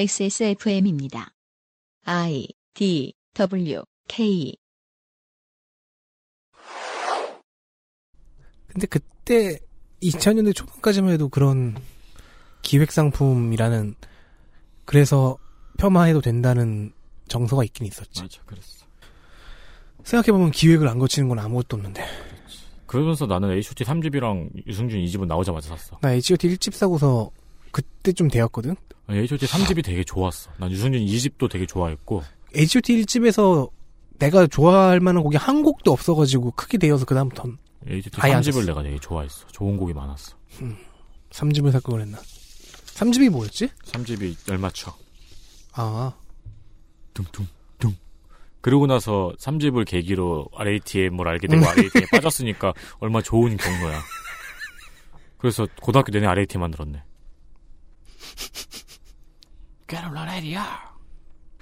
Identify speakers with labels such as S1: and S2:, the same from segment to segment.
S1: XSFM입니다. I D W K
S2: 근데 그때 2000년대 초반까지만 해도 그런 기획상품이라는 그래서 폄하해도 된다는 정서가 있긴 있었지.
S3: 맞아, 그랬어.
S2: 생각해보면 기획을 안 거치는 건 아무것도 없는데.
S3: 그러면서 나는 H.O.T. 3집이랑 유승준 2집은 나오자마자 샀어.
S2: 나 H.O.T. 1집 사고서 그때쯤 되었거든?
S3: 아니, H.O.T. 3집이 되게 좋았어. 난 유승준 2집도 되게 좋아했고.
S2: H.O.T. 1집에서 내가 좋아할 만한 곡이 한 곡도 없어가지고 크게 되어서 그다음부턴
S3: H.O.T.
S2: 아예 안
S3: 3집을
S2: 샀어.
S3: 내가 되게 좋아했어. 좋은 곡이 많았어.
S2: 3집을 살 걸 했나? 3집이 뭐였지?
S3: 3집이 열맞춰.
S2: 아,
S3: 둥둥둥. 그러고 나서 3집을 계기로 RATM을 알게 되고 RATM에 빠졌으니까 얼마 좋은 경로야. 그래서 고등학교 내내 RATM 만들었네.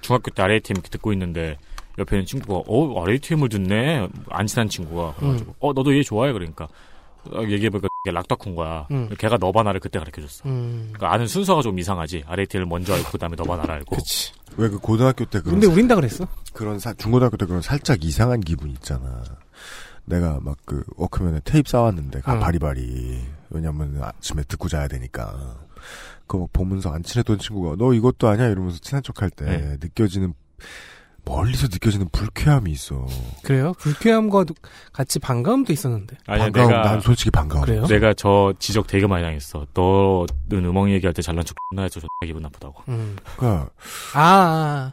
S3: 중학교 때 RATM 이렇게 듣고 있는데 옆에 있는 친구가 어 RATM을 듣네 안 친한 친구가 그래가지고 어 너도 얘 좋아해 그러니까 얘기해보니까 걔 락다쿤 거야 그러니까
S2: 음.
S3: 걔가 너바나를 그때 가르쳐줬어
S2: 음.
S3: 그러니까 아는 순서가 좀 이상하지 RATM을 먼저 알고 그 다음에 너바나를 알고
S2: 그치.
S4: 왜 그 고등학교 때 그런
S2: 근데 우린 다 그랬어.
S4: 그런 사- 중고등학교 때 그런 살짝 이상한 기분 있잖아. 내가 막 그 워크맨에 테이프 싸왔는데 가
S2: 응.
S4: 바리바리 왜냐면 아침에 듣고 자야 되니까 그거 막 보면서 안 친했던 친구가 너 이것도 아냐 이러면서 친한 척할 때
S3: 네.
S4: 느껴지는 멀리서 느껴지는 불쾌함이 있어.
S2: 그래요? 불쾌함과 같이 반가움도 있었는데.
S3: 아니야
S4: 반가움
S3: 내가
S4: 난 솔직히 반가워.
S2: 그래요?
S3: 내가 저 지적 되게 많이 당했어 너는 음악 얘기할 때 잘난 척 존나 해서 존나 기분 나쁘다고
S2: 음.
S4: 그러니까
S2: 아, 아, 아.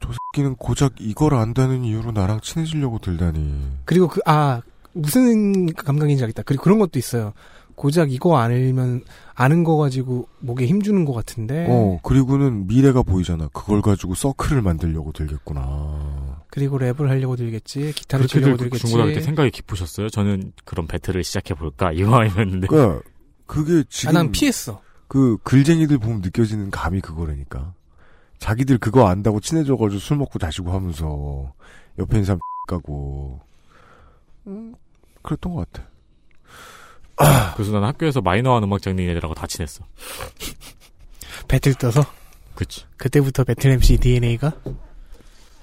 S4: 저 새끼는 고작 이걸 안다는 이유로 나랑 친해지려고 들다니.
S2: 그리고 그, 아, 무슨 감각인지 알겠다. 그리고 그런 것도 있어요. 고작 이거 알면, 아는 거 가지고 목에 힘주는 것 같은데.
S4: 어 그리고는 미래가 보이잖아. 그걸 가지고 서클을 만들려고 들겠구나.
S2: 그리고 랩을 하려고 들겠지. 기타를 치려고
S3: 그렇게들
S2: 들겠지.
S3: 중고등학교 때 생각이 깊으셨어요? 저는 그런 배틀을 시작해볼까 이거 아니었는데
S4: 그러니까 그게 지금
S2: 아, 난 피했어.
S4: 그 글쟁이들 보면 느껴지는 감이 그거라니까. 자기들 그거 안다고 친해져가지고 술 먹고 자시고 하면서 옆에 있는 사람 가고 음 그랬던 것 같아.
S3: 그래서 난 학교에서 마이너한 음악 장르인 애들하고 다 친했어
S2: 배틀 떠서.
S3: 그치
S2: 그때부터 배틀 MC DNA가?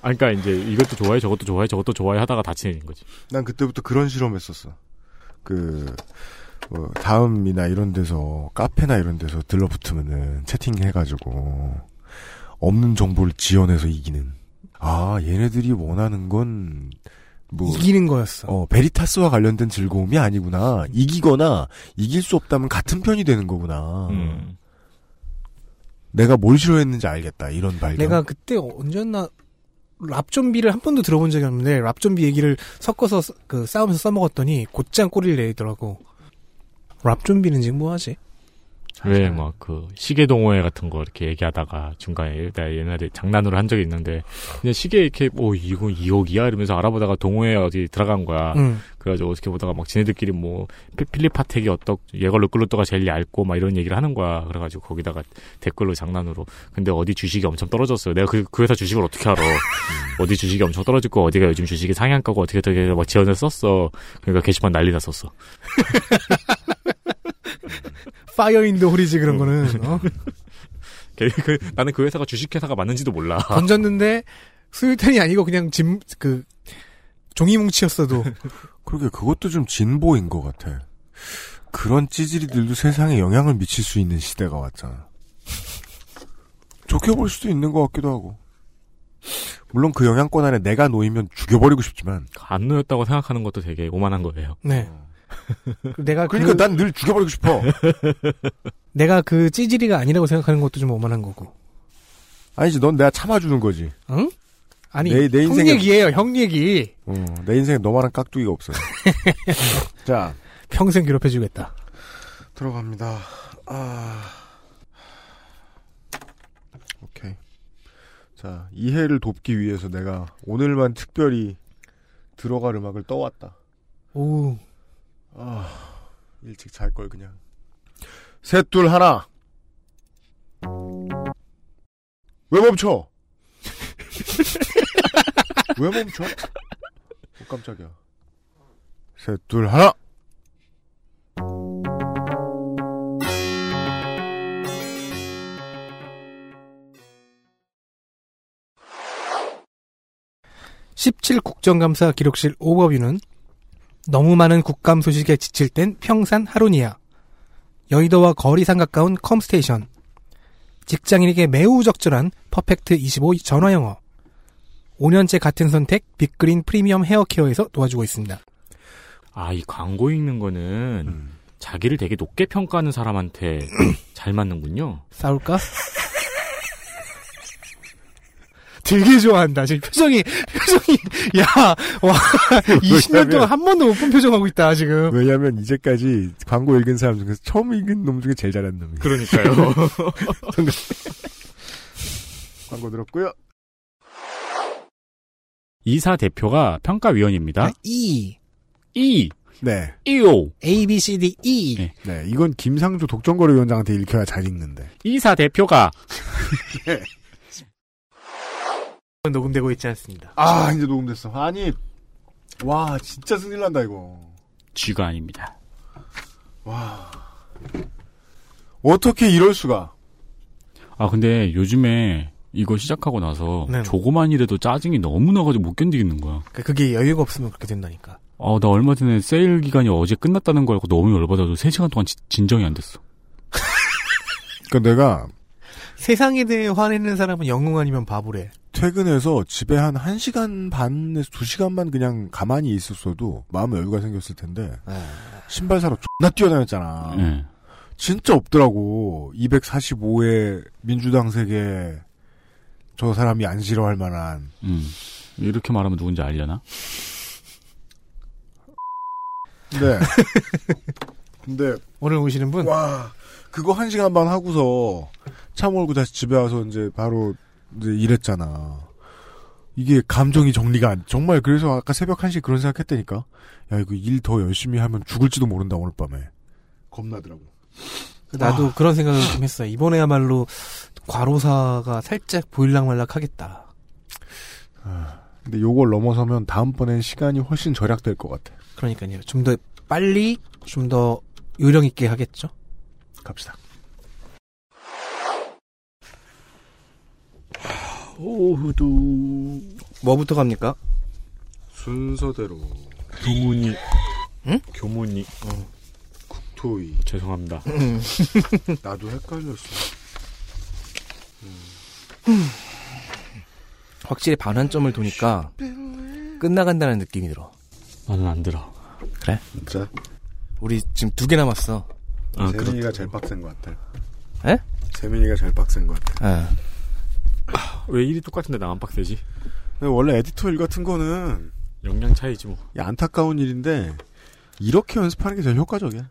S3: 아, 그러니까 이제 이것도 좋아해, 저것도 좋아해, 저것도 좋아해 하다가 다 친해진 거지.
S4: 난 그때부터 그런 실험했었어. 그 어, 다음이나 이런 데서 카페나 이런 데서 들러붙으면은 채팅해가지고 없는 정보를 지어내서 이기는. 아 얘네들이 원하는 건뭐
S2: 이기는 거였어.
S4: 어, 베리타스와 관련된 즐거움이 아니구나. 이기거나 이길 수 없다면 같은 편이 되는 거구나.
S3: 음.
S4: 내가 뭘 싫어했는지 알겠다. 이런 발견.
S2: 내가 그때 언제였나, 랍좀비를 한 번도 들어본 적이 없는데, 랍좀비 얘기를 섞어서 쓰- 그 싸우면서 써먹었더니, 곧장 꼬리를 내리더라고. 랍좀비는 지금 뭐하지?
S3: 왜 막 그 시계 동호회 같은 거 이렇게 얘기하다가 중간에 나 옛날에 장난으로 한 적이 있는데 그냥 시계 이렇게 뭐 이거 2억이야 이러면서 알아보다가 동호회 어디 들어간 거야.
S2: 응.
S3: 그래가지고 어떻게 보다가 막 지네들끼리 뭐 피- 필리파텍이 어떻 얘걸로 끌로또가 제일 얇고 막 이런 얘기를 하는 거야. 그래가지고 거기다가 댓글로 장난으로 근데 어디 주식이 엄청 떨어졌어요. 내가 그, 그 회사 주식을 어떻게 알아? 어디 주식이 엄청 떨어질 거 어디가 요즘 주식이 상향가고 어떻게 어떻게 막 지원을 썼어. 그러니까 게시판 난리 났었어.
S2: 파이어 인더 호리지 그런 거는, 어?
S3: 걔- 그- 나는 그 회사가 주식회사가 맞는지도 몰라.
S4: 아.
S2: 던졌는데 수류탄이 아니고 그냥 짐 그 종이 뭉치였어도
S4: 그러게 그것도 좀 진보인 것 같아. 그런 찌질이들도 세상에 영향을 미칠 수 있는 시대가 왔잖아. 좋게 볼 수도 있는 것 같기도 하고. 물론 그 영향권 안에 내가 놓이면 죽여버리고 싶지만.
S3: 안 놓였다고 생각하는 것도 되게 오만한 거예요.
S2: 네 내가
S4: 어. 그러니까
S2: 그,
S4: 난 늘 죽여버리고 싶어.
S2: 내가 그 찌질이가 아니라고 생각하는 것도 좀 오만한 거고
S4: 아니지, 넌 내가 참아주는 거지.
S2: 응 아니
S4: 내- 내
S2: 형
S4: 인생에-
S2: 얘기예요 형 얘기
S4: 어, 내 인생에 너만한 깍두기가 없어요. 자,
S2: 평생 괴롭혀주겠다
S4: 들어갑니다. 아. 오케이. 자, 이해를 돕기 위해서 내가 오늘만 특별히 들어갈 음악을 떠왔다.
S2: 오
S4: 아, 일찍 잘 걸 그냥. 셋, 둘, 하나. 왜 멈춰? 왜 멈춰? 어, 깜짝이야. 셋, 둘, 하나.
S2: 17 국정감사 기록실 오버뷰는 너무 많은 국감 소식에 지칠 땐 평산 하루니아 여의도와 거리상 가까운 컴스테이션 직장인에게 매우 적절한 퍼펙트 25 전화영어 5년째 같은 선택 빅그린 프리미엄 헤어케어에서 도와주고 있습니다.
S3: 아, 이 광고 읽는 거는 자기를 되게 높게 평가하는 사람한테 잘 맞는군요.
S2: 싸울까? 되게 좋아한다. 지금 표정이 표정이 야와 20년 동안 한 번도 못 본 표정하고 있다 지금.
S4: 왜냐면 이제까지 광고 읽은 사람 중에서 처음 읽은 놈 중에 제일 잘하는 놈이에요.
S3: 그러니까요.
S4: 광고 들었고요.
S3: 이사 대표가 평가위원입니다.
S2: E
S3: 이,
S4: 네,
S3: 이오.
S2: A B C D E
S3: 네.
S4: 네 이건 김상조 독점거래 위원장한테 읽혀야 잘 읽는데.
S3: 이사 대표가
S2: 녹음되고 있지 않습니다.
S4: 아 이제 녹음됐어. 아니 와 진짜 승질 난다 이거.
S3: 쥐가 아닙니다.
S4: 어떻게 이럴 수가?
S3: 아, 근데 요즘에 이거 시작하고 나서
S2: 네.
S3: 조그만 일에도 짜증이 너무 나가지고 못 견디겠는 거야.
S2: 그러니까 그게 여유가 없으면 그렇게 된다니까.
S3: 아, 나 얼마 전에 세일 기간이 어제 끝났다는 거 알고 너무 열받아서 3시간 동안 지- 진정이 안 됐어.
S4: 그러니까 내가
S2: 세상에 대해 화내는 사람은 영웅 아니면 바보래.
S4: 퇴근해서 집에 한 1시간 반에서 2시간만 그냥 가만히 있었어도 마음에 여유가 생겼을 텐데 신발 사러 존나 뛰어다녔잖아.
S3: 네.
S4: 진짜 없더라고. 245의 민주당 세계 저 사람이 안 싫어할 만한
S3: 음. 이렇게 말하면 누군지 알려나?
S4: 근데 근데
S2: 오늘 오시는 분
S4: 와 그거 1시간 반 하고서 차 몰고 다시 집에 와서 이제 바로 이제 일했잖아. 이게 감정이 정리가 안 정말 그래서 아까 새벽 1시 그런 생각했다니까. 야 이거 일 더 열심히 하면 죽을지도 모른다 오늘 밤에. 겁나더라고.
S2: 나도
S5: 아.
S2: 그런 생각을 좀 했어. 이번에야말로 과로사가 살짝 보일락말락하겠다.
S4: 근데 요걸 넘어서면 다음번엔 시간이 훨씬 절약될 것 같아.
S2: 그러니까요. 좀 더 빨리 좀 더 요령 있게 하겠죠.
S4: 갑시다.
S6: 오후도
S2: 뭐부터 갑니까?
S4: 순서대로
S3: 교문이.
S2: 응?
S3: 교문이.
S4: 국토위
S3: 죄송합니다.
S4: 나도 헷갈렸어.
S5: 확실히 반환점을 도니까 끝나간다는 느낌이 들어.
S3: 나는 안 들어.
S4: 진짜
S5: 우리 지금 두 개 남았어.
S3: 아, 그렇
S4: 세민이가 제일 빡센 것 같아.
S5: 에?
S4: 세민이가 제일 빡센 것 같아.
S5: 아,
S3: 왜 일이 똑같은데 나만 빡세지?
S4: 근데 원래 에디터 일 같은 거는
S3: 역량 차이지 뭐.
S4: 이 안타까운 일인데 이렇게 연습하는 게 제일 효과적이야.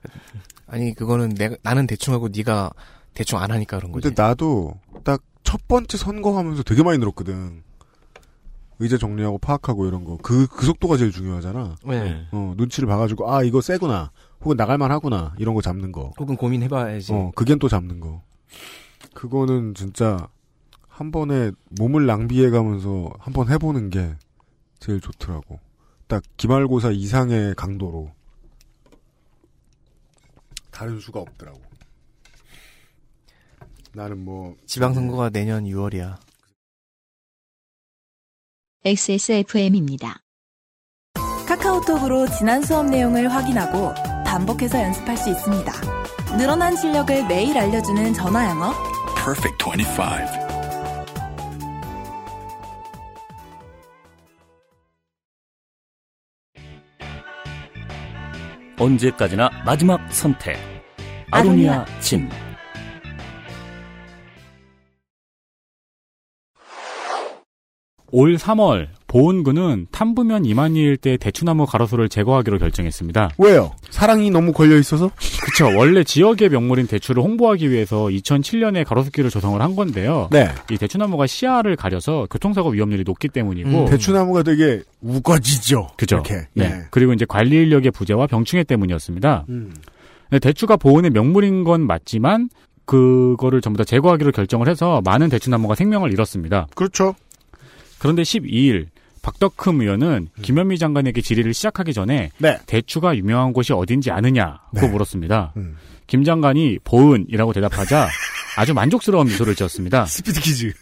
S5: 아니 그거는 내가 나는 대충 하고 네가 대충 안 하니까 그런 거지.
S4: 근데 나도 딱 첫 번째 선거하면서 되게 많이 늘었거든. 의제 정리하고 파악하고 이런 거. 그, 그 속도가 제일 중요하잖아.
S5: 네.
S4: 어, 눈치를 봐가지고, 아, 이거 세구나. 혹은 나갈만 하구나. 이런 거 잡는 거.
S5: 혹은 고민해봐야지.
S4: 어, 그겐 또 잡는 거. 그거는 진짜 한 번에 몸을 낭비해 가면서 한 번 해보는 게 제일 좋더라고. 딱 기말고사 이상의 강도로. 다른 수가 없더라고. 나는 뭐,
S5: 지방선거가 내년 6월이야.
S1: XSFM입니다.
S7: 카카오톡으로 지난 수업 내용을 확인하고 반복해서 연습할 수 있습니다. 늘어난 실력을 매일 알려주는 전화 영어.
S6: Perfect 25.
S8: 언제까지나 마지막 선택. 아로니아 침.
S3: 올 3월 보은군은 탐부면 이만희일 때 대추나무 가로수를 제거하기로 결정했습니다.
S4: 왜요? 사랑이 너무 걸려있어서?
S3: 그쵸. 원래 지역의 명물인 대추를 홍보하기 위해서 2007년에 가로수길을 조성을 한 건데요.
S4: 네.
S3: 이 대추나무가 시야를 가려서 교통사고 위험률이 높기 때문이고.
S2: 음.
S4: 대추나무가 되게 우거지죠.
S3: 그죠.
S4: 이렇게. 예.
S3: 네. 그리고 이제 관리 인력의 부재와 병충해 때문이었습니다.
S4: 음.
S3: 근데 대추가 보은의 명물인 건 맞지만 그거를 전부 다 제거하기로 결정을 해서 많은 대추나무가 생명을 잃었습니다.
S4: 그렇죠.
S3: 그런데 12일 박덕흠 의원은 김현미 장관에게 질의를 시작하기 전에
S4: 네.
S3: 대추가 유명한 곳이 어딘지 아느냐고
S4: 네.
S3: 물었습니다.
S4: 음.
S3: 김 장관이 보은이라고 대답하자 아주 만족스러운 미소를 지었습니다.
S4: 스피드 퀴즈.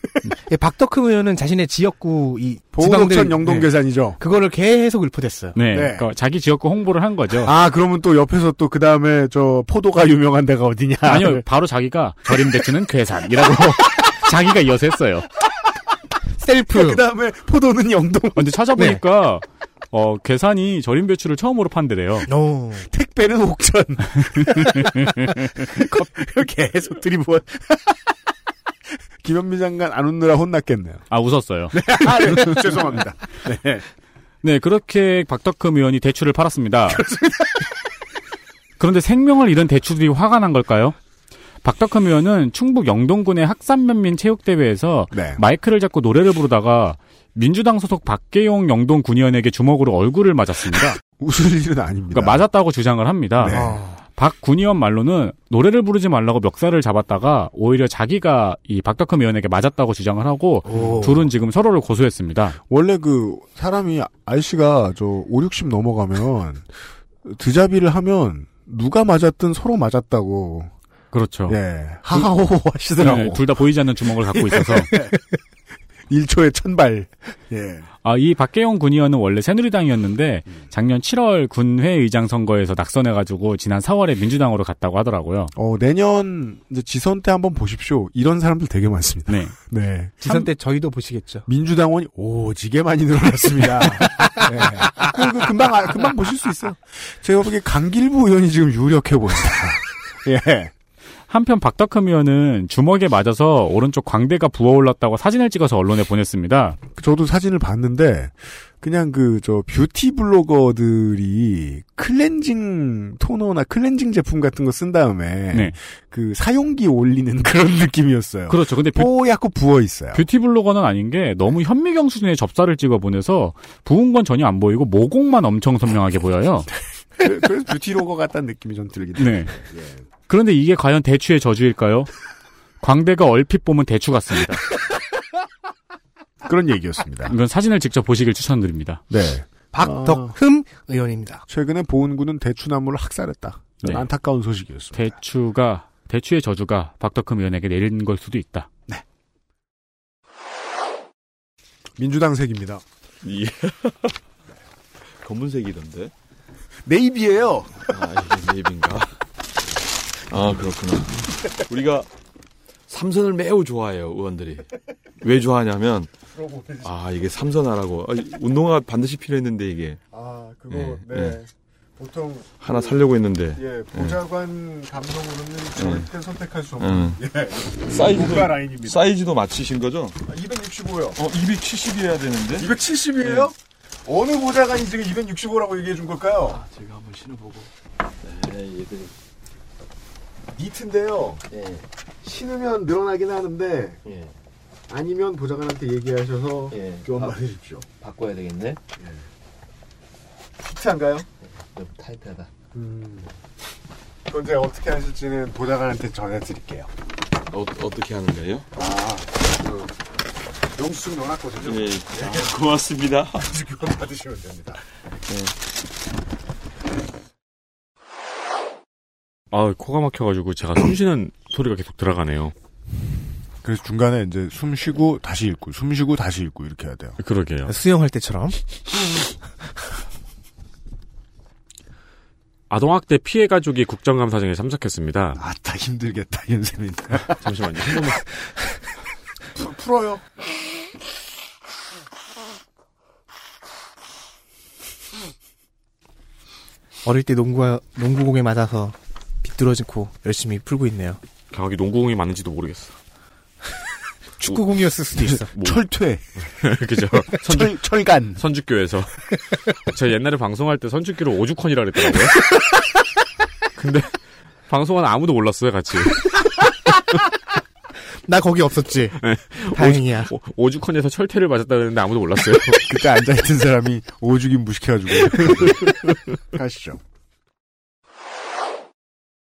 S2: 예, 박덕흠 의원은 자신의 지역구 이
S4: 보곡천
S2: 지방들-
S4: 영동
S2: 네.
S4: 계산이죠.
S2: 그거를 계속 읊어댔어요.
S3: 네,
S4: 네.
S3: 그러니까 자기 지역구 홍보를 한 거죠.
S4: 아, 그러면 또 옆에서 또 그 다음에 저 포도가 유명한 데가 어디냐.
S3: 아니요, 바로 자기가 절임 대추는 괴산이라고 자기가 이어서 했어요.
S2: 셀프.
S4: 그 다음에 포도는 영동.
S3: 어, 근데 찾아보니까 어 괴산이 절임 배추를 처음으로 판대래요.
S2: 오.
S4: 택배는 옥천. 계속 드리브. 김현미 장관 안 웃느라 혼났겠네요.
S3: 아 웃었어요. 네,
S4: 아, 네. 죄송합니다. 네.
S3: 그렇게 박덕흠 의원이 대추를 팔았습니다. 그런데 생명을 잃은 대추들이 화가 난 걸까요? 박덕흠 의원은 충북 영동군의 학산면민 체육대회에서
S4: 네.
S3: 마이크를 잡고 노래를 부르다가 민주당 소속 박계용 영동 군의원에게 주먹으로 얼굴을 맞았습니다.
S4: 웃을 일은 아닙니다.
S3: 그러니까 맞았다고 주장을 합니다.
S4: 네.
S3: 박 군의원 말로는 노래를 부르지 말라고 멱살을 잡았다가 오히려 자기가 이 박덕흠 의원에게 맞았다고 주장을 하고
S2: 오.
S3: 둘은 지금 서로를 고소했습니다.
S4: 원래 그 사람이 아저씨가 저 5, 60 넘어가면 드잡이를 하면 누가 맞았든 서로 맞았다고.
S3: 그렇죠. 네.
S4: 예. 네. 하하호호 하시더라고.
S3: 둘 다 보이지 않는 주먹을 갖고 있어서
S4: 1초에 천발. 예.
S3: 아, 이 박계용 군의원은 원래 새누리당이었는데 작년 7월 군회의장 선거에서 낙선해가지고 지난 4월에 민주당으로 갔다고 하더라고요.
S4: 어, 내년 이제 지선 때 한번 보십시오. 이런 사람들 되게 많습니다.
S3: 네.
S4: 네.
S2: 지선 때 저희도 보시겠죠.
S4: 민주당원이 오지게 많이 늘어났습니다. 네. 그, 그 금방 아- 금방 보실 수 있어요. 제가 보기에 강길부 의원이 지금 유력해 보입니다. 예.
S3: 한편 박덕흠 의원은 주먹에 맞아서 오른쪽 광대가 부어올랐다고 사진을 찍어서 언론에 보냈습니다.
S4: 그 저도 사진을 봤는데 그냥 그 저 뷰티 블로거들이 클렌징 토너나 클렌징 제품 같은 거 쓴 다음에
S3: 네.
S4: 그 사용기 올리는 그런 느낌이었어요.
S3: 그렇죠. 근데 뷰,
S4: 뽀얗고 부어 있어요.
S3: 뷰티 블로거는 아닌 게 너무 현미경 수준의 접사를 찍어 보내서 부은 건 전혀 안 보이고 모공만 엄청 선명하게 보여요.
S4: 그래서 뷰티로거 같다는 느낌이 좀 들긴 해요.
S3: 네. 그런데 이게 과연 대추의 저주일까요? 광대가 얼핏 보면 대추 같습니다.
S4: 그런 얘기였습니다.
S3: 이건 사진을 직접 보시길 추천드립니다.
S4: 네.
S2: 박덕흠 의원입니다.
S4: 최근에 보은군은 대추나무를 학살했다. 이런
S3: 네.
S4: 안타까운 소식이었습니다.
S3: 대추가 대추의 저주가 박덕흠 의원에게 내린 걸 수도 있다.
S4: 민주당 색입니다.
S9: 예. 검은색이던데.
S4: 네이비예요.
S9: 아, 이게 네이비인가? 아, 그렇구나. 우리가 삼선을 매우 좋아해요, 의원들이. 왜 좋아하냐면, 아, 이게 삼선하라고. 아, 운동화 반드시 필요했는데, 이게.
S4: 아 그거
S9: 예,
S4: 네.
S9: 예.
S4: 보통
S9: 하나 살려고 했는데.
S4: 예 보좌관 감독으로는 절대 선택할 수 없는 예,
S9: 응. 예. 사이즈도,
S4: 고가 라인입니다.
S9: 사이즈도 맞추신 거죠?
S4: 265요.
S9: 어, 270이어야 되는데?
S4: 이거 70이에요? 음. 어느 보좌관이 지금 265라고 얘기해 준 걸까요?
S9: 아, 제가 한번 신어보고.
S10: 네,
S4: 니트인데요.
S10: 예.
S4: 신으면 늘어나긴 하는데 아니면 보좌관한테 얘기하셔서 교환만 해주십시오.
S10: 예.
S4: 예.
S10: 바꿔야 되겠네.
S4: 히트한가요? 음.
S10: 너무 타이트하다.
S4: 그건 제가 어떻게 하실지는 보좌관한테 전해드릴게요.
S9: 어, 어떻게 하는 거예요?
S4: 영수증 아, 그 넣어놨거든요.
S9: 예. 아, 고맙습니다.
S4: 교환 받으시면 됩니다.
S11: 아 코가 막혀가지고 제가 숨쉬는 소리가 계속 들어가네요.
S4: 그래서 중간에 이제 숨 쉬고 다시 읽고 숨 쉬고 다시 읽고 이렇게 해야 돼요.
S11: 그러게요.
S2: 수영할 때처럼.
S11: 아동학대 피해 가족이 국정감사장에 참석했습니다.
S4: 아따 힘들겠다 연세민.
S11: 잠시만요. 한 번만.
S4: 아, 풀어요.
S2: 어릴 때 농구가 농구공에 맞아서 비뚤어진 코 열심히 풀고 있네요.
S11: 강하게 농구공이 맞는지도 모르겠어.
S2: 축구공이었을 수도 있어.
S11: 뭐,
S4: 철퇴,
S11: 그죠? 선주,
S4: 철 철간.
S11: 선주교에서. 제가 옛날에 방송할 때 선주교로 오죽헌이라 그랬더라고요. 근데 방송하는 아무도 몰랐어요, 같이.
S2: 나 거기 없었지. 네. 다행이야.
S11: 오- 오죽헌에서 철퇴를 맞았다는데 아무도 몰랐어요.
S4: 그때 앉아있던 사람이 오죽인 무식해가지고. 가시죠.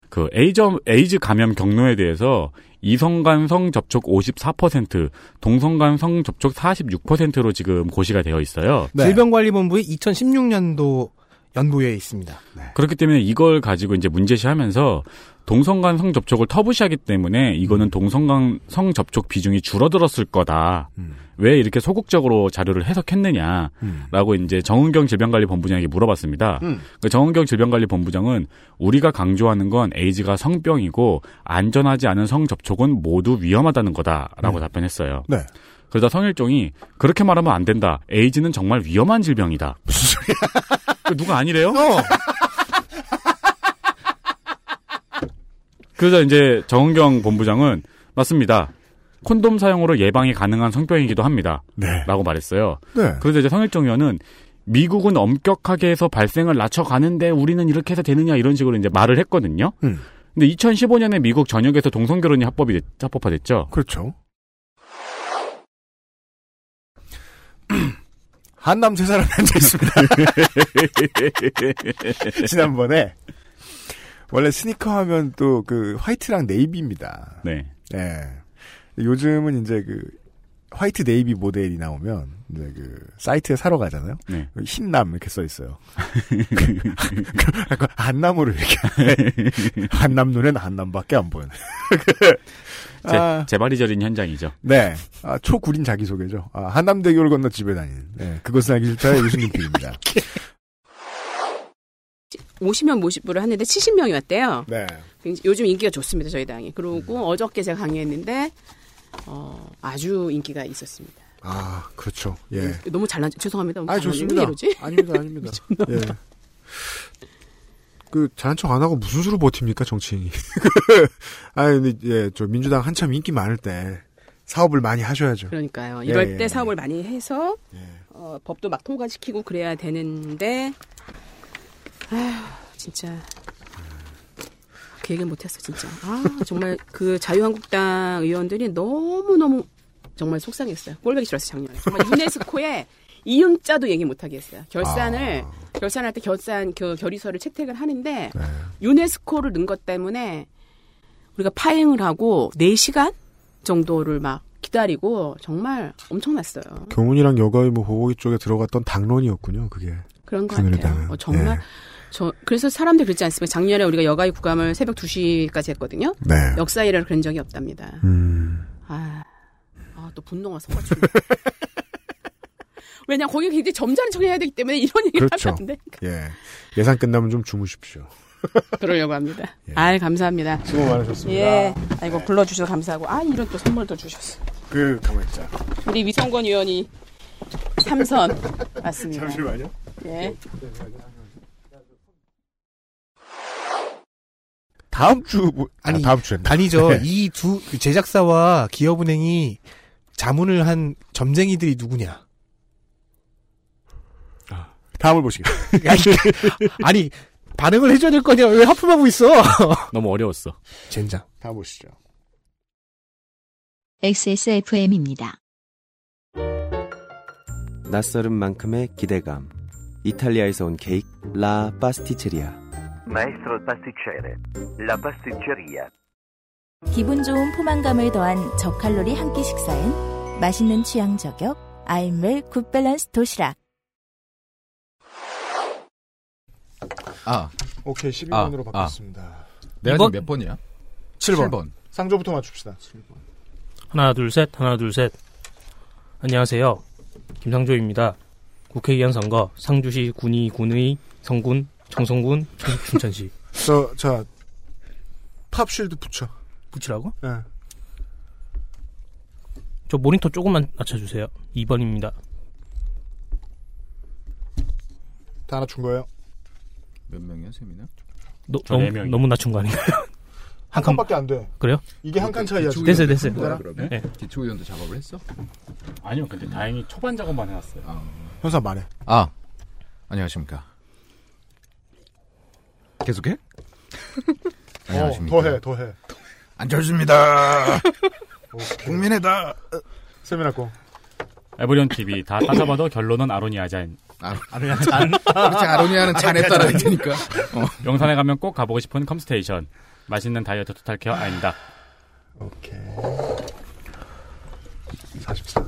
S3: 그 에이점, 에이즈 감염 경로에 대해서 이성간 성 접촉 54%, 동성간 성 접촉 46%로 지금 고시가 되어 있어요.
S4: 네.
S2: 질병관리본부의 2016년도 연보에 있습니다.
S3: 그렇기 때문에 이걸 가지고 이제 문제시하면서 동성간 성접촉을 터부시하기 때문에 이거는 동성간 성접촉 비중이 줄어들었을 거다. 왜 이렇게 소극적으로 자료를 해석했느냐. 라고 이제 정은경 질병관리본부장에게 물어봤습니다.
S12: 음.
S3: 그 정은경 질병관리본부장은 우리가 강조하는 건 에이즈가 성병이고 안전하지 않은 성접촉은 모두 위험하다는 거다라고 답변했어요.
S4: 네.
S3: 그러자 성일종이 그렇게 말하면 안 된다. 에이즈는 정말 위험한 질병이다. 무슨 소리야? 어. 누가 아니래요? 그러자 이제 정은경 본부장은 맞습니다. 콘돔 사용으로 예방이 가능한 성병이기도 합니다. 라고 말했어요.
S4: 네.
S3: 그래서 이제 성일종 의원은 미국은 엄격하게 해서 발생을 낮춰가는데 우리는 이렇게 해서 되느냐 이런 식으로 이제 말을 했거든요.
S4: 음.
S3: 근데 2015년에 미국 전역에서 동성 결혼이 합법이 됐- 합법화됐죠.
S4: 그렇죠. 한남 세 사람이 앉아있습니다. 지난번에, 원래 스니커 하면 또 그 화이트랑 네이비입니다.
S3: 네.
S4: 예. 요즘은 이제 그 화이트 네이비 모델이 나오면 이제 그 사이트에 사러 가잖아요. 그
S3: 네.
S4: 흰남 이렇게 써 있어요. 약간 한남으로 이렇게 한남 눈엔 한남밖에 안 보여.
S3: 제,
S4: 아.
S3: 재발이 저린 현장이죠.
S4: 네. 아, 초구린 자기소개죠. 아, 한남대교를 건너 집에 다니는. 네, 그것은 알기 싫다의 유승준 PD입니다.
S13: 50명 모집부를 하는데 70명이 왔대요.
S4: 네.
S13: 굉장히- 요즘 인기가 좋습니다, 저희 당이.
S4: 음.
S13: 그리고 어저께 제가 강의했는데, 어, 아주 인기가 있었습니다.
S4: 아, 그렇죠. 예.
S13: 너무 잘난, 죄송합니다. 너무
S4: 아니,
S13: 잘난-
S4: 좋습니다.
S13: 왜 이러지?
S4: 아닙니다, 아닙니다. 예.
S14: 그 잘한 척 안 하고 무슨 수로 버팁니까 정치인이? 아 근데 예, 저 민주당 한참 인기 많을 때 사업을 많이 하셔야죠.
S13: 그러니까요.
S14: 예,
S13: 이럴
S14: 예,
S13: 때
S14: 예.
S13: 사업을 많이 해서, 어, 법도 막 통과시키고 그래야 되는데, 아휴, 진짜. 그 얘기를 못했어, 진짜. 아, 정말 그 자유한국당 의원들이 너무너무 정말 속상했어요. 꼴보기 싫었어요, 작년에. 정말 유네스코에 이응자도 얘기 못하게 했어요. 결산을,
S14: 아.
S13: 결산할 때 결산, 그 결의서를 채택을 하는데,
S14: 네.
S13: 유네스코를 넣은 것 때문에 우리가 파행을 하고 4시간 정도를 막 기다리고 정말 엄청났어요.
S14: 경훈이랑 여가의 뭐 보고기 쪽에 들어갔던 당론이었군요. 그게
S13: 그런 것
S14: 그늘에
S13: 같아요.
S14: 닿은,
S13: 어, 정말 저 그래서 사람들 그랬지 않습니까? 작년에 우리가 여가의 구감을 새벽 2시까지 했거든요.
S14: 네.
S13: 역사 일화를 그런 적이 없답니다.
S14: 음.
S13: 아, 아, 또 분노가 섞어주 왜냐 거기 굉장히 점잖은 척 해야 되기 때문에 이런 얘기를
S14: 그렇죠.
S13: 하면 안 돼.
S14: 예 예산 끝나면 좀 주무십시오.
S13: 그러려고 합니다. 아 감사합니다.
S14: 수고 많으셨습니다.
S13: 예. 아이고 불러주셔서 감사하고 아 이런 또 선물도 주셨어.
S4: 그 가만 있자.
S13: 우리 위성권 의원이 삼선 맞습니다.
S4: 잠시만요.
S13: 예.
S4: 다음 주
S2: 아니
S4: 다음 주엔
S2: 아니죠.
S4: 네.
S2: 이 두 제작사와 기업은행이 자문을 한 점쟁이들이 누구냐?
S4: 다음을 보시겠습니다.
S2: 아니 반응을 해줘야 될 거냐? 왜 하품하고 있어?
S15: 너무 어려웠어.
S2: 젠장.
S4: 다 보시죠.
S1: XSFM입니다.
S16: 낯설음만큼의 기대감. 이탈리아에서 온 케이크 라 파스티체리아.
S17: Maestro pasticcere, la pasticceria.
S18: 기분 좋은 포만감을 더한 저칼로리 한 끼 식사엔 맛있는 취향 저격 아임웰 굿밸런스 도시락
S11: 아,
S14: 오케이 12번으로
S11: 아,
S14: 바꿨습니다.
S11: 내가
S14: 이번-
S11: 지금 몇 번이야?
S14: 7번.
S11: 7번.
S14: 상조부터 맞춥시다.
S19: 하나 둘 셋 하나 둘 셋 안녕하세요 김상조입니다 국회의원 선거 상주시 군위 군의 성군 청송군 춘- 춘천시
S14: 저, 자, 팝쉴드 붙여.
S19: 붙이라고?
S14: 네.
S19: 저 모니터 조금만 낮춰주세요 2번입니다
S14: 다 하나 준 거예요.
S11: 몇 명이야, 세미나?
S19: 너,
S11: 저
S19: 너무,
S11: 네 명이요.
S19: 너무 낮춘 거 아닌가요?
S14: 한
S19: 칸-
S14: 칸밖에 안 돼.
S19: 그래요?
S14: 이게 한 칸 차이야. 지금.
S19: 됐어요 됐어요
S11: 그러면? 기초위원도 작업을 했어?
S15: 아니요, 근데 다행히 초반 작업만 해왔어요.
S14: 현사 말해.
S11: 아, 안녕하십니까. 계속해? 안녕하십니까.
S14: 어, 더해, 더해.
S11: 안철수입니다.
S14: 국민의다. 세미나 거.
S15: 에버리온 TV 다 따져봐도 결론은 아로니아잔.
S11: 아로니아 잔. 그렇지, 아로니아는 잔에 따라
S15: 아로니아 잔.
S11: 되니까. 어.
S15: 용산에 가면 꼭 가보고 싶은 컴스테이션. 맛있는 다이어트 토탈 케어 아닙니다.
S14: 44.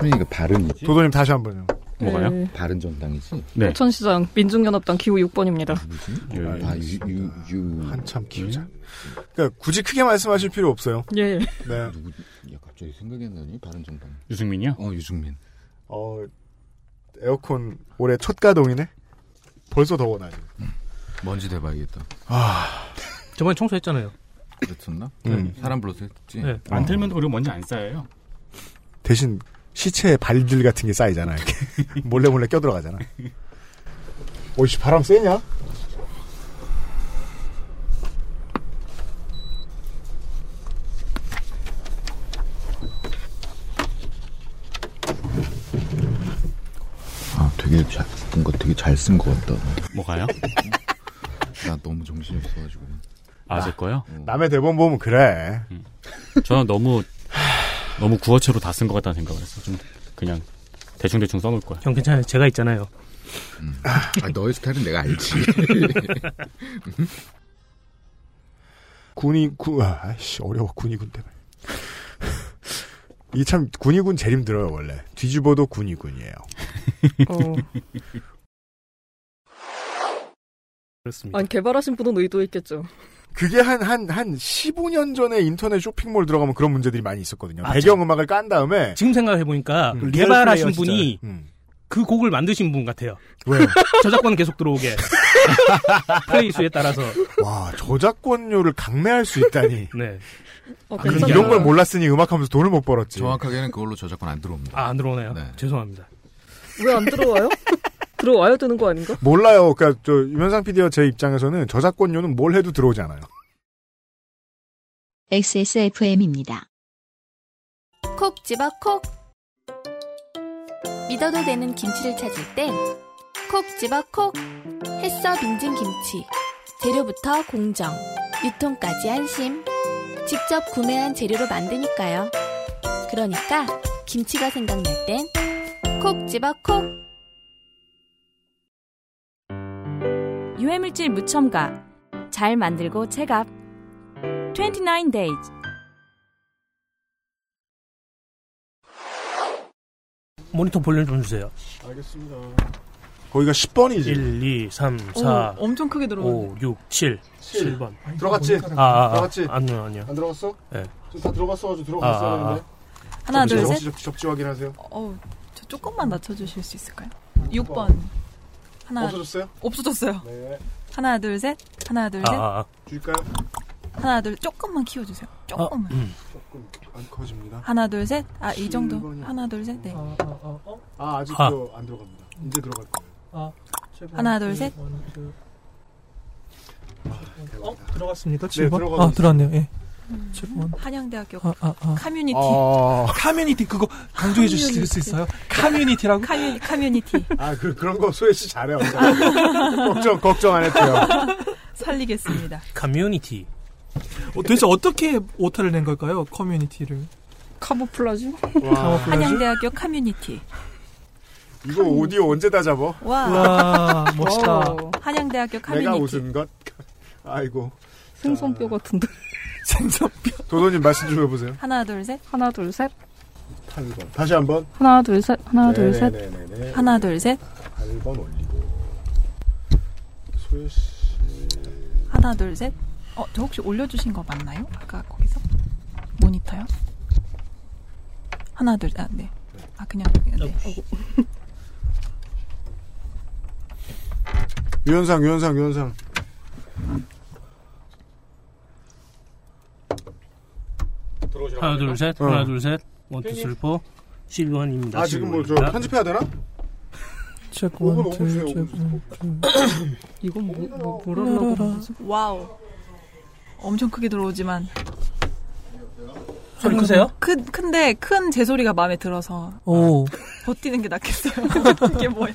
S11: 세민이가 발음이지?
S14: 도도님 다시 한 번요.
S3: 뭐가요?
S11: 다른 정당이지.
S20: 부천시장 민중연합당 기호 6번입니다.
S3: 예,
S11: 아, 유, 유, 유.
S4: 한참 기우자. 그러니까 굳이 크게 말씀하실 필요 없어요.
S20: 예.
S4: 네.
S11: 누구? 야 갑자기 생각이 안 나니 바른 정당.
S3: 유승민이요?
S11: 어 유승민.
S4: 어 에어컨 올해 첫 가동이네. 벌써 더워 나.
S11: 먼지 대봐야겠다.
S4: 아.
S19: 저번에 청소했잖아요.
S11: 그랬었나?
S4: 음.
S11: 사람 불러서 했지.
S19: 네.
S3: 안 틀면 그리고 먼지 안 쌓여요.
S4: 대신 시체에 발들 같은 게 쌓이잖아. 이렇게 몰래 몰래 껴들어가잖아. 오씨 바람 세냐?
S11: 아 되게 잘쓴거 되게 잘 쓴 거 같다.
S3: 뭐가요?
S11: 나 너무 정신이 없어가지고.
S3: 아, 제 거요?
S11: 어.
S19: 음.
S4: 남의 대본 보면 그래.
S3: 저는 너무 너무 구어체로 다 쓴 것 같다는 생각을 했어. 좀 그냥 대충 대충 써놓을 거야.
S19: 형 괜찮아요. 제가 있잖아요.
S11: 아 너의 스타일은 내가 알지.
S4: 군이 군 아씨 어려워 군이군 때문에. 이 참 군이군 제일 힘들어요 원래. 뒤집어도 군이군이에요.
S19: 그렇습니다.
S20: 아니 개발하신 분은 의도했겠죠.
S4: 그게 한 한 한 15년 전에 인터넷 쇼핑몰 들어가면 그런 문제들이 많이 있었거든요.
S19: 아,
S4: 배경 음악을 깐 다음에
S19: 지금 생각해 보니까
S4: 음, 리얼
S19: 개발하신
S4: 플레이어
S19: 분이
S4: 진짜.
S19: 그 곡을 만드신 분 같아요.
S4: 왜요?
S19: 저작권 계속 들어오게 플레이 수에 따라서.
S4: 와 저작권료를 강매할 수 있다니.
S19: 네.
S20: 어,
S4: 아,
S19: 그렇죠.
S4: 그럼 이런 걸 몰랐으니 음악하면서 돈을 못 벌었지.
S11: 정확하게는 그걸로 저작권 안 들어옵니다.
S19: 아, 안 들어오네요. 죄송합니다.
S20: 왜 안 들어와요? 들어와야 되는 거 아닌가?
S4: 몰라요. 그러니까 저 유면상 PD와 제 입장에서는 저작권료는 뭘 해도 들어오지 않아요.
S1: XSFM입니다.
S18: 콕 집어 콕. 믿어도 되는 김치를 찾을 땐 콕 집어 콕. 햇서 빙진 김치. 재료부터 공정. 유통까지 안심. 직접 구매한 재료로 만드니까요. 그러니까 김치가 생각날 땐 콕 집어 콕.
S21: 유해물질 무첨가 잘 만들고 체갑 29days
S19: 모니터 볼륨 좀 주세요.
S4: 알겠습니다. 거기가 10번이지.
S19: 1, 2, 3, 4.
S7: 오, 엄청 크게 들어가네.
S19: 5, 6, 7.
S4: 칠.
S19: 7번.
S4: 들어갔지?
S19: 아, 아, 아.
S4: 들어갔지?
S19: 아니요, 아니요.
S4: 안 들어갔어?
S19: 네.
S4: 다 들어갔어가지고
S19: 들어갔어야 아, 아, 아. 되는데.
S7: 하나, 둘, 셋.
S4: 적지, 적지, 적지 확인하세요.
S7: 어, 저 조금만 낮춰주실 수 있을까요? 6번. 하나.
S4: 없어졌어요?
S7: 없어졌어요.
S4: 네.
S7: 하나, 둘, 셋. 하나, 둘, 셋.
S19: 아, 아.
S4: 줄까요?
S7: 하나, 둘, 조금만 키워주세요. 조금만.
S4: 조금 안 커집니다.
S7: 하나, 둘, 셋. 아, 이 정도.
S4: 음, 11번이요.
S7: 하나, 둘, 셋.
S4: 어,
S7: 네.
S4: 아 아직도 안 들어갑니다. 이제 들어갈 거예요. 네,
S7: 하나,
S4: 음,
S7: 둘, 셋.
S19: 어, 들어갔습니다.
S4: 네,
S19: 7번.
S4: 들어가고
S19: 아,
S4: 있어요.
S19: 들어왔네요. 예. 7번.
S7: 한양대학교
S19: 아, 아, 아.
S7: 커뮤니티.
S4: 아,
S19: 커뮤니티 그거 강조해 주실 수 있어요? 커뮤니티라고?
S7: 커뮤, 커뮤니티.
S4: 아 그, 그런 거 소혜 씨 잘해요. 걱정 걱정 안 했대요.
S7: 살리겠습니다.
S19: 커뮤니티. 도대체 어떻게 오타를 낸 걸까요? 커뮤니티를.
S7: 카모플라주?
S4: 와. 카모플라주?
S7: 한양대학교 커뮤니티.
S4: 이거 오디오 언제 다 잡어?
S7: 와.
S19: 와, 멋있다.
S7: 오. 한양대학교
S4: 내가
S7: 커뮤니티.
S4: 웃은 것. 아이고
S7: 생선뼈 같은데.
S4: 도도님 말씀 좀 해보세요.
S7: 하나, 둘, 셋. 하나, 둘, 셋.
S4: 8번 다시 한번
S7: 하나, 둘, 셋. 하나, 둘, 셋.
S4: 네네네네.
S7: 하나, 둘, 셋.
S4: 8번 올리고 소혜 씨
S7: 하나 둘 셋. 어, 저 혹시 올려주신 거 맞나요? 아까 거기서 모니터요? 하나 둘, 아 네. 아 그냥 네.
S4: 유현상 유현상 유현상
S19: 하나, 둘, 셋.
S4: 어.
S19: 하나, 둘, 셋. 원투 슬포. 11번입니다.
S4: 아 지금 뭐 저 편집해야 되나?
S19: 잠깐만.
S7: 이건 뭐, 뭐
S19: 뭐라고
S7: 와우. 엄청 크게 들어오지만
S19: 소리 크세요?
S7: 큰 큰데 큰 제 소리가 마음에 들어서 아,
S19: 오.
S7: 버티는 게 낫겠어요. 이게 뭐야?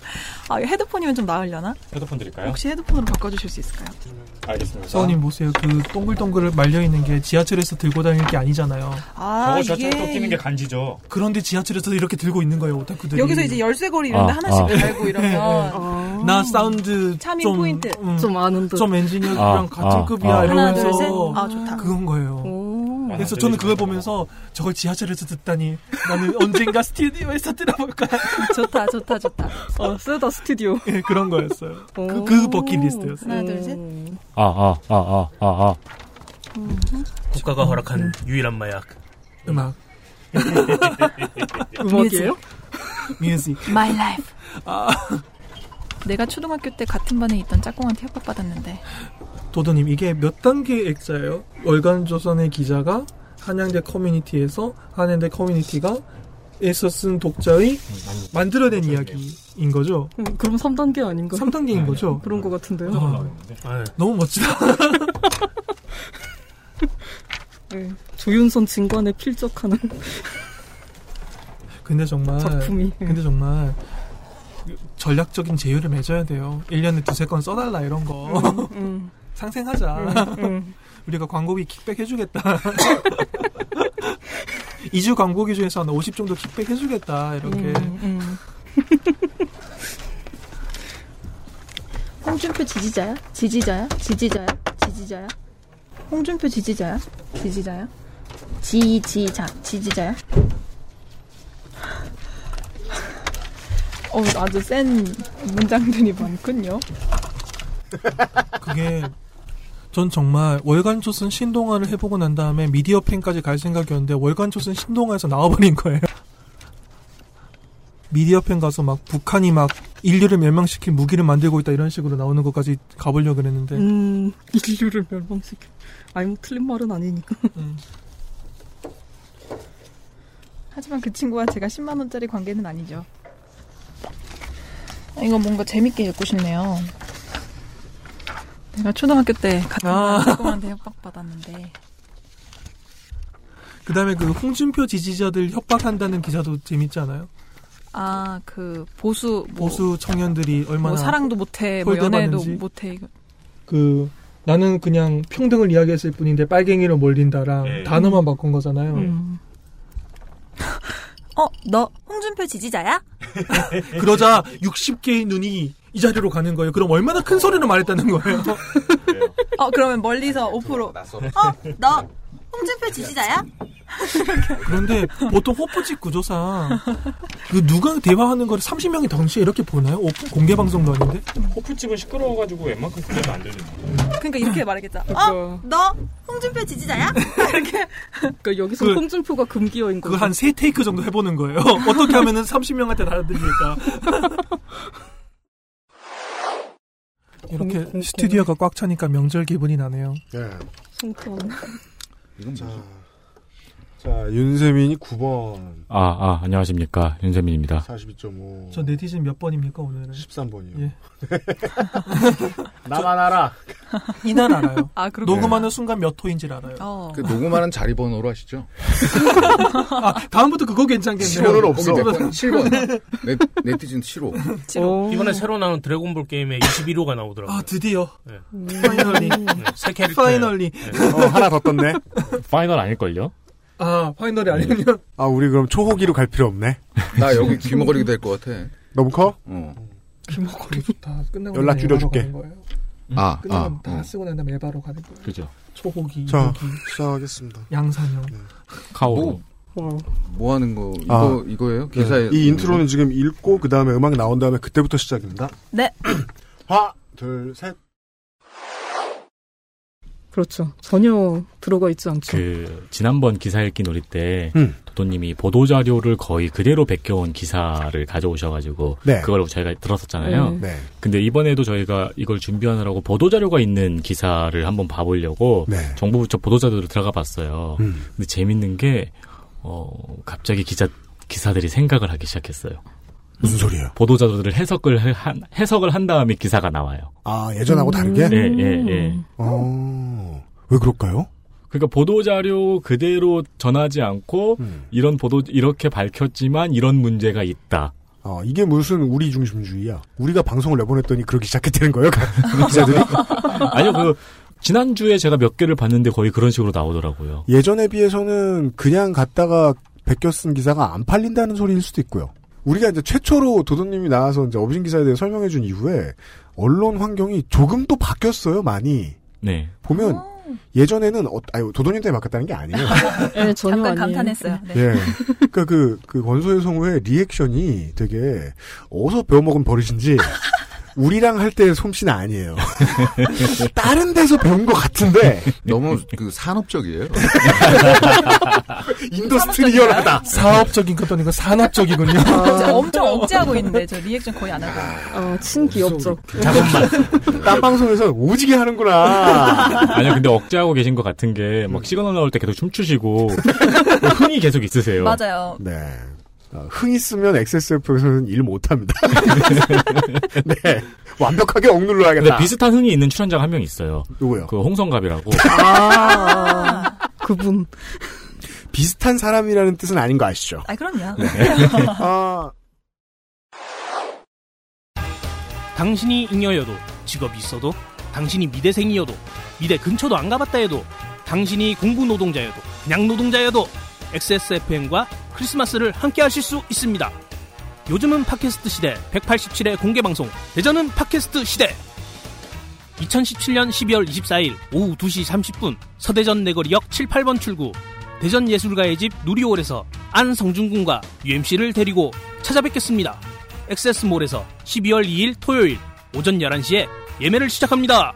S7: 아 이거 헤드폰이면 좀 나으려나?
S3: 헤드폰 드릴까요?
S7: 혹시 헤드폰으로 바꿔주실 수 있을까요?
S3: 알겠습니다.
S22: 서원님 보세요. 그 동글동글 말려있는 게 지하철에서 들고 다닐 게 아니잖아요.
S7: 아 이게
S3: 간지죠.
S22: 그런데 지하철에서 이렇게 들고 있는 거예요, 오타쿠들이.
S7: 여기서 이제 열쇠고리 이런데
S22: 아,
S7: 하나씩
S22: 아.
S7: 달고 이러면
S22: 나 사운드
S7: 차밍
S22: 좀,
S7: 포인트 좀 아는 듯.
S22: 좀 엔지니어랑
S7: 아,
S22: 같은
S7: 아,
S22: 급이야
S7: 아. 하나,
S22: 이러면서
S7: 둘, 셋. 아, 좋다.
S22: 그건 거예요. 그래서 저는 그걸 보면서 어, 저걸 지하철에서 듣다니 나는 언젠가 스튜디오에서 들어볼까.
S20: 좋다, 좋다, 좋다. 어, 쓰더 스튜디오.
S22: 예, 그런 거였어요. 그, 그 버킷리스트였어요.
S20: 하나, 둘, 셋.
S3: 아, 아, 아, 아, 아, 아.
S19: 국가가 허락한
S22: 네.
S19: 유일한 마약.
S22: 음악.
S20: 음악이에요? 아.
S22: 뮤직.
S7: My life. 내가 초등학교 때 같은 반에 있던 짝꿍한테 협박받았는데
S22: 도도님 이게 몇 단계 액자예요? 월간조선의 기자가 한양대 커뮤니티에서 한양대 커뮤니티가 에서 쓴 독자의 만들어낸 이야기인 거죠?
S20: 그럼 3단계 아닌가?
S22: 3단계인 거죠?
S20: 그런 것 같은데요.
S22: 아, 너무 멋지다.
S20: 네. 조윤선 진관의 필적하는
S22: 근데 정말
S20: 작품이.
S22: 근데 정말 전략적인 제휴를 맺어야 돼요. 1년에 두세 건 써달라 이런 거. 상생하자. 음, 음. 우리가 광고비 킥백 해주겠다. 2주 광고비 중에서 한 50 정도 킥백 해주겠다.
S7: 음.
S22: 이렇게.
S7: 홍준표 지지자야? 지지자야? 지지자야? 지지자야? 홍준표 지지자야? 지지자야? 지지자 지지자야? 어 아주 센 문장들이 많군요.
S22: 그게 전 정말 월간 초선 신동아를 해보고 난 다음에 미디어 팬까지 갈 생각이었는데 월간 초선 신동아에서 나와버린 거예요. 미디어 팬 가서 막 북한이 막 인류를 멸망시킬 무기를 만들고 있다 이런 식으로 나오는 것까지 가보려고 그랬는데
S20: 음, 인류를 멸망시켜. 아니, 뭐 틀린 말은 아니니까.
S7: 하지만 그 친구와 제가 10만 원짜리 관계는 아니죠. 아, 이거 뭔가 재밌게 읽고 싶네요. 내가 초등학교 때 같은
S22: 아.
S7: 친구한테 협박받았는데
S22: 그다음에 그 홍준표 지지자들 협박한다는 기사도 재밌지 않아요?
S7: 아 그 보수 뭐,
S22: 보수 청년들이 얼마나
S7: 뭐 사랑도 못해 뭐 연애도
S22: 홀대받는지?
S7: 못해 이거.
S22: 그 나는 그냥 평등을 이야기했을 뿐인데 빨갱이로 몰린다랑
S19: 네.
S22: 단어만 바꾼 거잖아요.
S19: 음.
S23: 어, 너 홍준표 지지자야?
S22: 그러자 60개의 눈이 이 자리로 가는 거예요. 그럼 얼마나 큰 소리로 말했다는 거예요.
S23: 어, 그러면 멀리서 5%. 어, 너 홍준표 지지자야?
S22: 그런데 보통 호프집 구조상 그 누가 대화하는 걸 30명이 동시에 이렇게 보나요? 오픈 공개 방송도 아닌데?
S3: 호프집은 시끄러워가지고 웬만큼 기대가 안 되는 거
S23: 그러니까 이렇게 말하겠다.
S7: 그렇죠.
S23: 어, 너 홍준표 지지자야?
S20: 그러니까 여기서
S22: 그-
S20: 홍준표가 금기어인 거죠.
S22: 그거 한 세 테이크 정도 해보는 거예요. 어떻게 하면은 30명한테 다 들릴까? 이렇게 음, 스튜디오가 꽉 차니까 명절 기분이 나네요.
S20: 송태원.
S4: 자, 윤세민이 9번.
S3: 아, 아, 안녕하십니까. 윤세민입니다.
S4: 42.5.
S22: 저 네티즌 몇 번입니까 오늘은?
S4: 13번이요.
S22: 예.
S4: 나만 알아.
S22: 이날 알아요.
S20: 아, 그렇구나.
S22: 녹음하는 순간 몇 호인지를 알아요.
S11: 그 녹음하는 자리번호로 하시죠.
S22: 아, 다음부터 그거 괜찮겠네요.
S11: 7호는 없어. 7번. 네, 네티즌 7호.
S19: 어. 이번에 새로 나온 드래곤볼 게임에 21호가 나오더라고요.
S22: 아, 드디어.
S19: 네.
S22: 파이널리.
S19: 네, 새 캐릭터.
S22: 파이널리.
S4: 하나 더 떴네.
S3: 파이널 아닐걸요?
S22: 아, 파이널이 아니군요.
S4: 아, 우리 그럼 초호기로 갈 필요 없네.
S11: 나 여기 귀머거리가 될 것 같아.
S4: 너무 커?
S11: 어.
S22: 음. 귀머거리 좋다. 끝나고
S4: 연락
S22: 나면
S4: 줄여줄게.
S22: 일하러 가는 거예요.
S11: 아,
S22: 끝나면
S11: 아.
S22: 다 쓰고 난 다음에 바로 가는 거예요.
S3: 그죠.
S22: 초고기,
S4: 자,
S22: 고기,
S4: 시작하겠습니다.
S22: 양산형.
S3: 카오.
S22: 와.
S11: 뭐 하는 거? 이거,
S4: 아.
S11: 이거예요?
S4: 네,
S11: 기사에.
S4: 이 인트로는 지금 읽고 그 다음에 음악 나온 다음에 그때부터 시작입니다.
S23: 네.
S4: 하나, 둘, 셋.
S20: 그렇죠. 전혀 들어가 있지 않죠.
S3: 그, 지난번 기사 읽기 놀이 때,
S4: 음.
S3: 도도님이 보도자료를 거의 그대로 베껴온 기사를 가져오셔가지고,
S4: 네.
S3: 그걸 저희가 들었었잖아요.
S4: 네.
S3: 근데 이번에도 저희가 이걸 준비하느라고 보도자료가 있는 기사를 한번 봐보려고, 정부부처 보도자료를 들어가 봤어요.
S4: 네. 음.
S3: 근데 재밌는 게, 어, 갑자기 기자, 기사들이 생각을 하기 시작했어요.
S4: 무슨 소리예요?
S3: 보도자료를 해석을 해- 한, 해석을 한 다음에 기사가 나와요.
S4: 아, 예전하고 다르게?
S3: 예, 예, 예.
S4: 어, 왜 그럴까요?
S3: 그러니까 보도 자료 그대로 전하지 않고 이런 보도 이렇게 밝혔지만 이런 문제가 있다.
S4: 아, 이게 무슨 우리 중심주의야? 우리가 방송을 내보냈더니 그러기 시작했다는 거예요? 그 기자들이?
S3: 아니요, 그 지난주에 제가 몇 개를 봤는데 거의 그런 식으로 나오더라고요.
S4: 예전에 비해서는 그냥 갔다가 베껴 쓴 기사가 안 팔린다는 소리일 수도 있고요. 우리가 이제 최초로 도도님이 나와서 이제 업신 기사에 대해 설명해 준 이후에 언론 환경이 조금 또 바뀌었어요, 많이.
S3: 네.
S4: 보면 예전에는 어, 아니, 도도님 때문에 바꿨다는 게 아니에요.
S23: 네,
S20: 전혀
S23: 잠깐
S20: 아니에요.
S23: 감탄했어요. 네.
S4: 예. 그러니까 그, 그 권소의 성우의 리액션이 되게 어디서 배워먹은 버릇인지 우리랑 할 때 솜씨는 아니에요. 다른 데서 배운 것 같은데
S11: 너무 그 산업적이에요.
S2: 인더스트리얼하다. 사업적인 것도 아니고 산업적이군요.
S7: 저 엄청 억제하고 있는데 저 리액션 거의 안 하고.
S20: 어, 친기업적.
S4: 딴 방송에서 오지게 하는구나.
S3: 아니요, 근데 억제하고 계신 것 같은 게, 막 시간 올라올 때 계속 춤추시고, 그 흥이 계속 있으세요.
S7: 맞아요.
S4: 네. 어, 흥 있으면 XSF에서는 일 못합니다. 네. 완벽하게 억눌러야겠다.
S3: 근데 네, 비슷한 흥이 있는 출연자가 한 명 있어요.
S4: 누구요?
S3: 그 홍성갑이라고.
S4: 아,
S3: 아.
S4: 그분. 비슷한 사람이라는 뜻은 아닌 거 아시죠?
S7: 아 그럼요.
S4: 아,
S19: 당신이 잉여여도 직업이 있어도 당신이 미대생이어도 미대 근처도 안 가봤다 해도 당신이 공부 노동자여도 그냥 노동자여도 XSFM과 크리스마스를 함께 하실 수 있습니다. 요즘은 팟캐스트 시대 187회 공개 방송 대전은 팟캐스트 시대 2017년 12월 24일 오후 2시 30분 서대전 내거리역 7, 8번 출구 대전 예술가의 집 누리홀에서 안성준 군과 UMC를 데리고 찾아뵙겠습니다. 엑세스몰에서 12월 2일 토요일 오전 11시에 예매를 시작합니다.